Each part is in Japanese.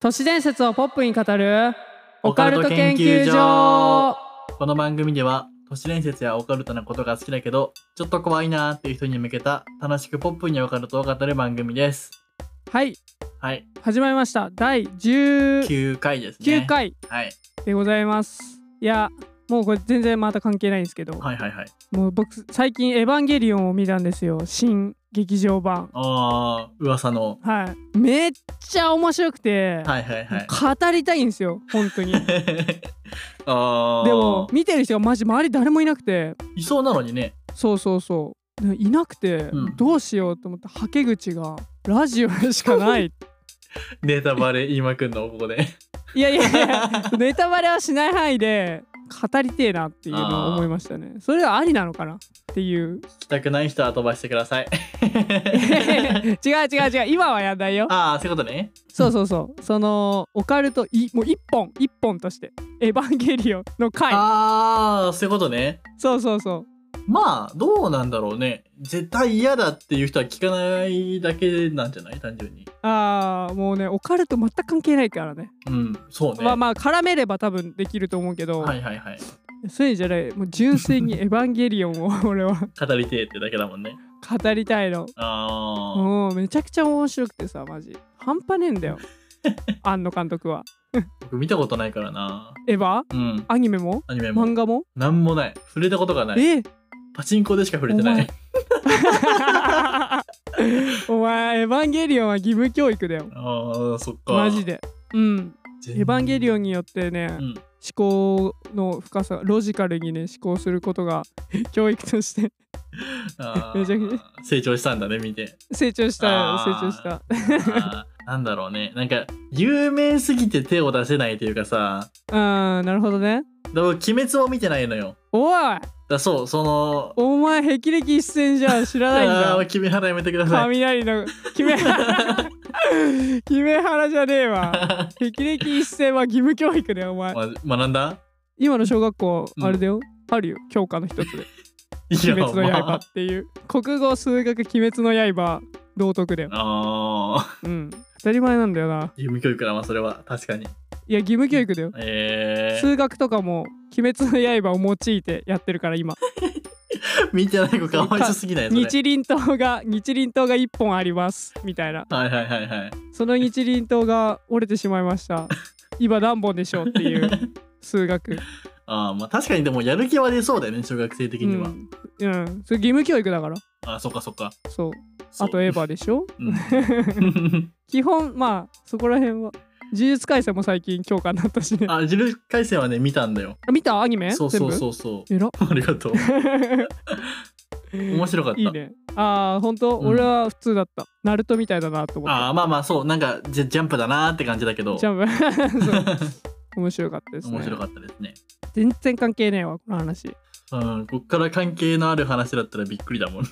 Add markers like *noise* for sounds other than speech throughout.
都市伝説をポップに語るオオカカルルトト研研究究所所この番組では都市伝説やオカルトなことが好きだけどちょっと怖いなーっていう人に向けた楽しくポップにオカルトを語る番組ですはいはい始まりました第19 9回ですね回はい、でございますいやもうこれ全然また関係ないんですけど、はいはいはいもう僕最近「エヴァンゲリオン」を見たんですよ新劇場版あー噂のはいめっちゃ面白くて、はいはいはい *laughs* 語りたいんですよ本 *laughs* 当にであーも見てる人がマジ周り誰もいなくていそうなのにねそうそうそうでいなくて、うんどうしようと思ってはけ口がラジオしかないネタバレ言いまくんのここで *laughs* いやいやいやネタバレはしない範囲で語りてえなっていうのを思いましたねそれはありなのかなっていう *laughs* 聞きたくない人は飛ばしてください違う違う違う今はやんないよああそういうことねそうそうそうそのオカルトいもう一本一本として「エヴァンゲリオン」の回ああそういうことねそうそうそうまあどうなんだろうね絶対嫌だっていう人は聞かないだけなんじゃない単純にああもうねオカルト全く関係ないからねうんそうねまあまあ絡めれば多分できると思うけど、はいはいはいそういうんじゃないもう純粋に「エヴァンゲリオン」を *laughs* 俺は語りてえってだけだもんね語りたいのああ、もうめちゃくちゃ面白くてさマジ半端ねえんだ *laughs* よ庵野監督は僕見たことないからなエヴァうんアニメもアニメ漫も画も、なんもない触れたことがないえ *laughs* パチンコでしか触れてなおい前お前「エヴァンゲリオン」は義務教育だよ *laughs* あーそっかマジでうん「全エヴ然ァンゲリオン」によってね、うん思考の深さロジカルにね思考することが *laughs* 教育として *laughs* あーめちゃくち成長したんだね見て成長したあ成ー長したあーなんだろうねなんか有名すぎて手を出せないというかさあーなるほどねだから僕鬼滅も見てないのよおいだそうそのお前霹靂一閃じゃ知らないんあ *laughs* だー君原やめてください雷の決 *laughs* め決め腹じゃねえわ霹靂一閃は義務教育だよお前ま学んだ今の小学校うんあれだよ、あるよ教科の一つでい「鬼滅の刃」まっていう国語数学「鬼滅の刃」道徳だよ、ああうん、当たり前なんだよな義務教育だなそれは確かにいや義務教育だよえー、数学とかも「鬼滅の刃」を用いてやってるから今見てない子かわいそうすぎないそれ日輪刀が日輪刀が1本ありますみたいなはいはいはいはいその日輪刀が折れてしまいました今何本でしょうっていう数学あーまあ確かにでもやる気は出そうだよね小学生的には、うん、うん、それ義務教育だからあーそっかそっかそうそうあとエヴァでしょうん *laughs* 基本まあそこら辺は呪術廻戦も最近強化になったしねあ呪術廻戦はね見たんだよあ見たアニメそうそうそうそう全部えありがとうら面白かっ *laughs* たいいねああ本当、うん俺は普通だったナルトみたいだなと思ったあーまあまあそうなんかジャジャンプだなーって感じだけどジャン *laughs* プそう面白かったですね面白かったですね全然関係ねえわこの話うんこっから関係のある話だったらびっくりだもん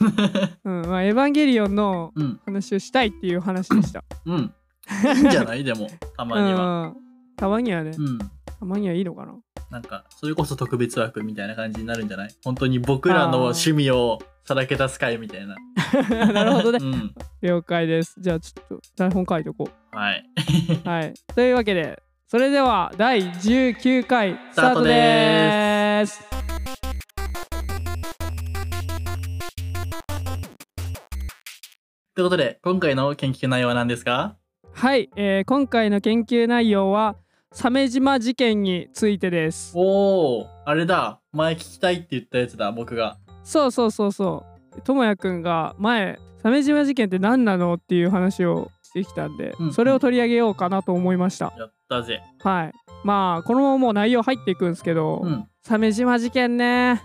うんまあエヴァンゲリオンのうん話をしたいっていう話でしたうん。 *laughs* いいんじゃないでも、たまには。うんたまにはね、うん。たまにはいいのかななんか、それこそ特別枠みたいな感じになるんじゃない本当に僕らの趣味をさらけ出す会みたい *laughs* な。なるほどねうん。 *laughs* 了解ですじゃあちょっと台本書いとこはい。うはいというわけでそれでは第19回ススタターートトででーーすということで、今回の研究内容は何ですかはい、えー今回の研究内容は鮫島事件についてですおー、あれだ。前聞きたいって言ったやつだ、僕が。そうそうそうそうともやくんが前鮫島事件って何なのっていう話をしてきたんで、うんそれを取り上げようかなと思いましたやったぜ。はいまあこのままもう内容入っていくんですけど、うん。鮫島事件ね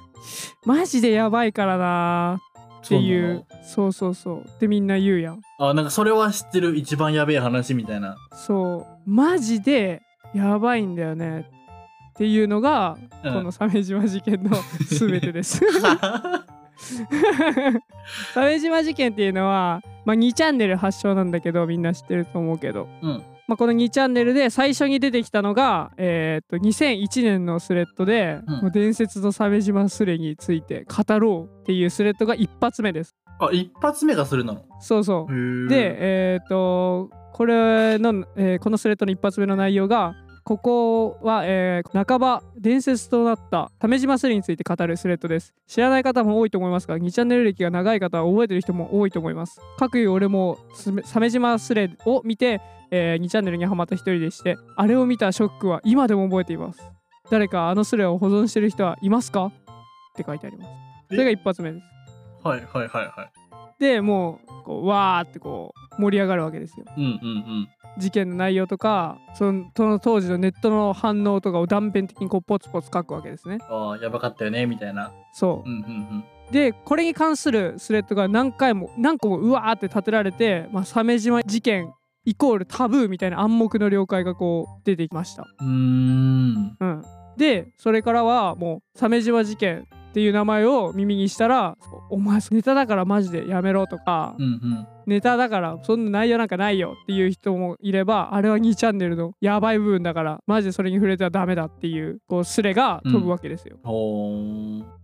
マジでやばいからなっていうそうそうそうってみんな言うやんそうなの。あ、なんかそれは知ってる。一番やべえ話みたいな。そうマジでやばいんだよねっていうのが、うんこの鮫島事件 *laughs* の全てです鮫島事件っていうのは、まあ、2チャンネル発祥なんだけどみんな知ってると思うけど、うん。まあ、この2チャンネルで最初に出てきたのが、えーっと2001年のスレッドで「うんもう伝説の鮫島スレについて語ろう」っていうスレッドが一発目です。 *laughs* あ一発目がそれなのそうそうへえでえっ、とこれの、えーこのスレッドの一発目の内容がここは、えー半ば伝説となった鮫島スレについて語るスレッドです知らない方も多いと思いますが2チャンネル歴が長い方は覚えてる人も多いと思います各有俺もす鮫島スレを見て、え2チャンネルにはまった一人でしてあれを見たショックは今でも覚えています誰かあのスレを保存してる人はいますかって書いてありますそれが一発目ですはいはいはいはでもうこうわーってこう盛り上がるわけですよいうんうん事件の内容とかそのその当時のネットの反応とかを断片的にこうポツポツ書くわけですね。うんあーやばかったよねみたいなそうう、んうんうんでこれに関するスレッドが何回も何個もうわーって立てられて、まあ、鮫島事件イコールタブーみたいな暗黙の了解がこう出てきました。うーんうん、でそれからはもう鮫島事件っていう名前を耳にしたら「お前ネタだからマジでやめろ」とかうんうんネタだからそんな内容なんかないよっていう人もいればあれは2チャンネルのやばい部分だからマジでそれに触れてはダメだっていうこうスレが飛ぶわけですよ。ほ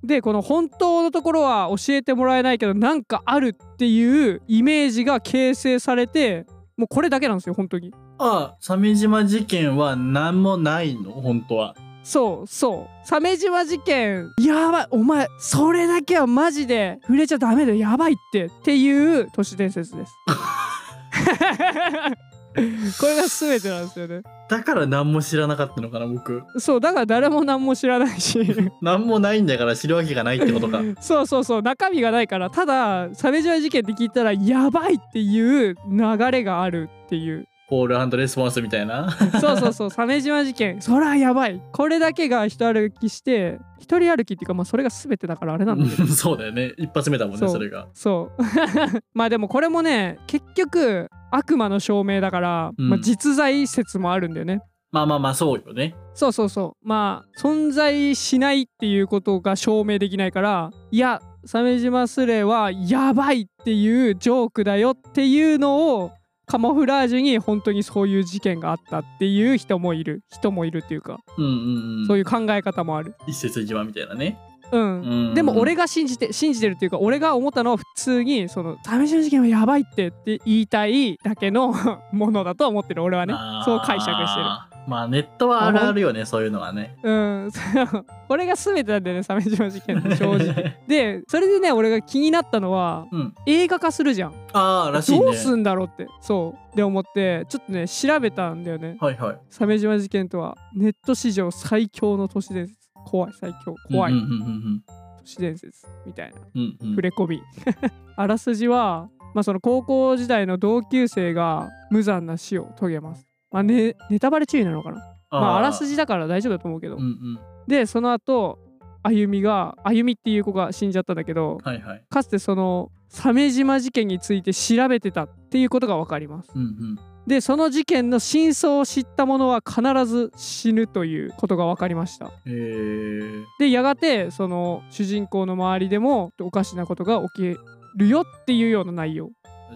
ーでこの本当のところは教えてもらえないけどなんかあるっていうイメージが形成されてもうこれだけなんですよ本当に。あ鮫島事件は何もないの本当はそうそう鮫島事件やばいお前それだけはマジで触れちゃダメだよやばいってっていう都市伝説です。 *laughs* これが全てなんですよね。だから何も知らなかったのかな僕そうだから誰も何も知らない *laughs* し何もないんだから知るわけがないってことかそうそうそう中身がないからただ鮫島事件って聞いたらやばいっていう流れがあるっていうコールレスポンスみたいなそうそうそう鮫島事件そらやばいこれだけが一歩きして一人歩きっていうかまあそれが全てだからあれなんだ *laughs* けどうんそうだよね一発目だもんねそうそれがそう *laughs* まあでもこれもね結局悪魔の証明だから、うんまあ、実在説もあるんだよねまあまあまあそうよねそうそうそうまあ存在しないっていうことが証明できないからいや鮫島スレはやばいっていうジョークだよっていうのをカモフラージュに本当にそういう事件があったっていう人もいる人もいるっていうか、うんうんうんそういいうう考え方もある一説一話みたいなねうん、うんでも俺が信じて信じてるっていうか俺が思ったのは普通にその「試しの事件はやばいって」って言いたいだけの *laughs* ものだと思ってる俺はねあーそう解釈してるまあネットはあるあるよねそういうのはねうん *laughs* そうこれが全てなんだよね鮫島事件って正直でそれでね俺が気になったのはうん映画化するじゃん、 *laughs* ああらしいねどうすんだろうってそうで思ってちょっとね調べたんだよねはいはい鮫島事件とはネット史上最強の都市伝説怖い最強怖いうんうんうん都市伝説みたいなうんうんうん触れ込み *laughs* あらすじは、まあ、その高校時代の同級生が無残な死を遂げます、まあね、ネタバレ注意なのかなあーまあ、あらすじだから大丈夫だと思うけど、うんうんでその後あゆみがあゆみっていう子が死んじゃったんだけどはいはいかつてその鮫島事件について調べてたっていうことが分かりますうんうんでその事件の真相を知った者は必ず死ぬということが分かりましたえーでやがてその主人公の周りでもおかしなことが起きるよっていうような内 *laughs* 容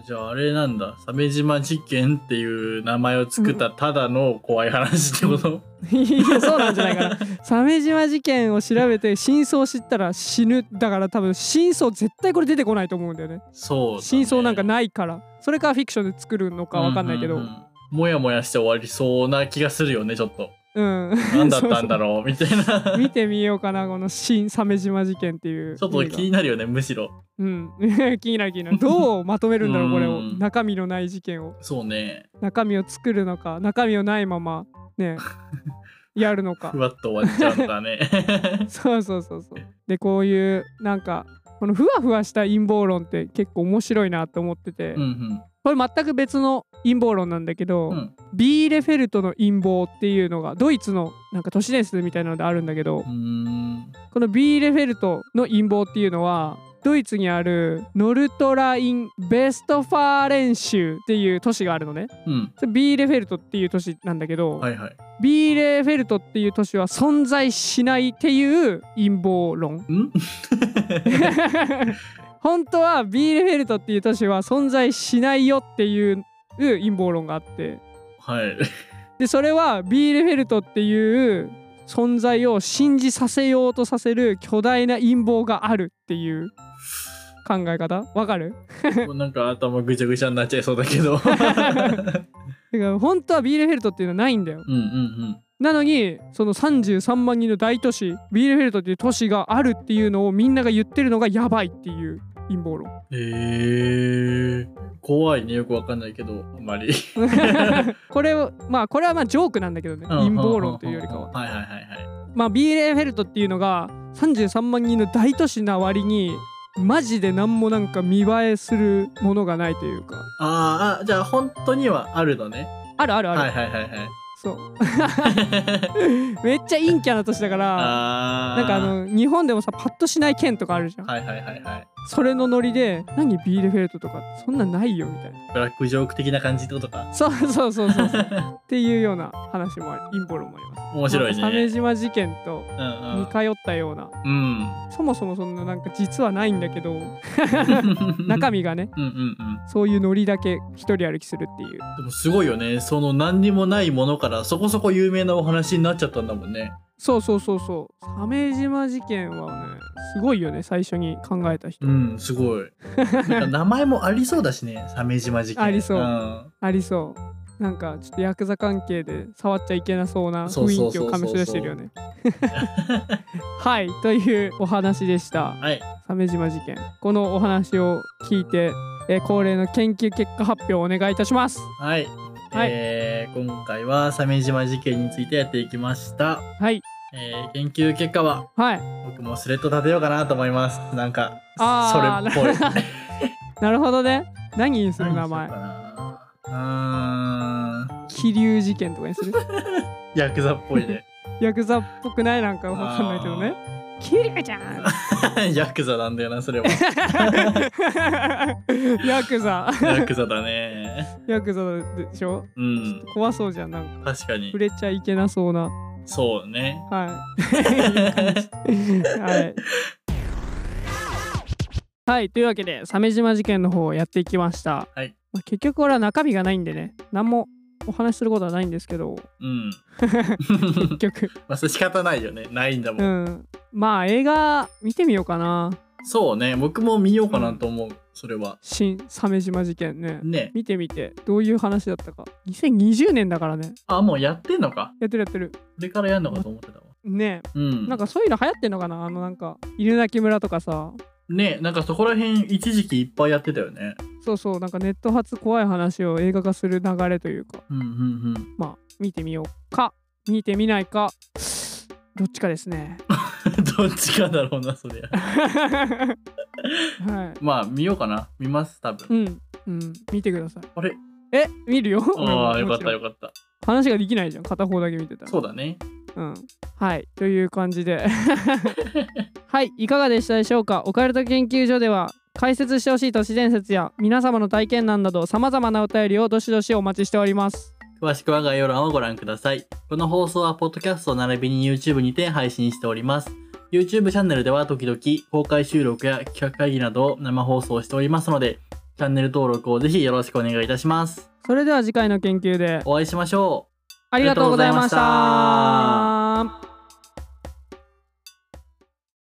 じゃああれなんだ鮫島事件っていう名前を作ったただの怖い話ってこと、いやそうなんじゃないかな鮫島事件を調べて真相を知ったら死ぬだから多分真相絶対これ出てこないと思うんだよね *laughs* そうだね真相なんかないからそれかフィクションで作るのかわかんないけどううんうんん、うんもやもやして終わりそうな気がするよねちょっと何だったんだろうみた *laughs* いそうそう *laughs* な見てみようかなこの新鮫島事件っていうちょっと気映になるよねむしろ画うん *laughs* 気になる気になるどうまとめるんだ *laughs* ろうこれうをん中身のない事件をそうね中身を作るのか中身をないまま *laughs* ねやるのかふわっと終わっちゃうんだ *laughs* ねそうそうそうそう。でこういうなんかこのふわふわした陰謀論って結構面白いなと思ってて、うんこれ全く別の陰謀論なんだけど、うんうんビーレフェルトの陰謀っていうのがドイツのなんか都市伝説みたいなのであるんだけどうーんこのビーレフェルトの陰謀っていうのはドイツにあるノルトライン・ベストファーレン州っていう都市があるのねうんそれビーレフェルトっていう都市なんだけど、はいはいビーレフェルトっていう都市は存在しないっていう陰謀 *laughs* 論ん本当はビーレフェルトっていう都市は存在しないよっていう陰謀論があってはい。 *laughs* でそれはビーレフェルトっていう存在を信じさせようとさせる巨大な陰謀があるっていう考え方わかるもうなんか頭ぐちゃぐちゃになっちゃいそうだけど。だから本当はビーレフェルトっていうのはないんだようんうんなのにその33万人の大都市ビーレフェルトっていう都市があるっていうのをみんなが言ってるのがやばいっていう陰謀論うん。えー、怖いね。よくわかんないけど、あんまり。これをまあこれはまあジョークなんだけどね *laughs* 陰謀論というよりかは *laughs* はいはいはいはまあビーレフェルトっていうのが33万人の大都市な割にマジで何もなんか見栄えするものがないというかあーあじゃあ本当にはあるのねあるあるある、はいはいはいはいそう *laughs* めっちゃ陰キャな都市だからあーなんかあの日本でもさパッとしない県とかあるじゃん、はいはいはいはいそれのノリで何ビーレフェルトとかそんなんないよみたいなブラックジョーク的な感じってことかそうそうそう *laughs* そうそうっていうような話もあり陰謀論もあります面白いなんか鮫ね島事件とうんうん似通ったようなうんそもそもそんななんか実はないんだけど *laughs* 中身がねうんうんうんそういうノリだけ一人歩きするっていうでもすごいよねその何にもないものからそこそこ有名なお話になっちゃったんだもんねそうそうそうそう鮫島事件はねすごいよね最初に考えた人、うんすごいなんか名前もありそうだしね鮫島事件 *laughs* ありそうんありそうなんかちょっとヤクザ関係で触っちゃいけなそうな雰囲気を醸し出してるよね *laughs* はいというお話でしたはい鮫島事件このお話を聞いて、えー恒例の研究結果発表をお願いいたしますはい、はいえー今回は鮫島事件についてやっていきました、はいえー研究結果ははい僕もスレッド立てようかなと思いますなんかあーそれっぽい *laughs* なるほどね何にする名前何にしようかなうーん気流事件とかにするヤクザっぽいねヤクザっぽくないなんかわかんないけどねキリちゃん *laughs* ヤクザなんだよなそれは *laughs* ヤクザヤクザだねヤクザでしょうん怖そうじゃんなんか確かに触れちゃいけなそうな *laughs* そうねはいいう感じはいはいというわけで鮫島事件の方をやっていきました、はいまあ結局これは中身がないんでね何もお話しすることはないんですけどうん *laughs* 結 *laughs* 局まあそれ仕方ないよねないんだも、うんんまあ映画見てみようかなそうね僕も見ようかなと思う、それは新鮫島事件ねね見てみてどういう話だったか2020年だからねあもうやってんのかやってるやってるこれからやんのかと思ってたわねうんえなんかそういうの流行ってんのかなあのなんか犬鳴村とかさねなんかそこら辺一時期いっぱいやってたよねそうそうなんかネット発怖い話を映画化する流れというかうんうんうんまあ見てみようか見てみないかどっちかです *laughs* ね *laughs* どっちかだろうなそりゃ *laughs* はまあ見ようかな見ます多分いうんうん見てくださいあれえ見るよああよかったよかかったった話ができないじゃん片方だけ見てたらそうだねうん、はいという感じ *laughs* ではいいかがでしたでしょうかオカルト研究所では解説してほしい都市伝説や皆様の体験談など様々なお便りをどしどしお待ちしております詳しくは概要欄をご覧くださいこの放送はポッドキャスト並びに YouTube にて配信しております YouTube チャンネルでは時々公開収録や企画会議などを生放送しておりますのでチャンネル登録をぜひよろしくお願いいたしますそれでは次回の研究でお会いしましょうありがとうございましありがとうございました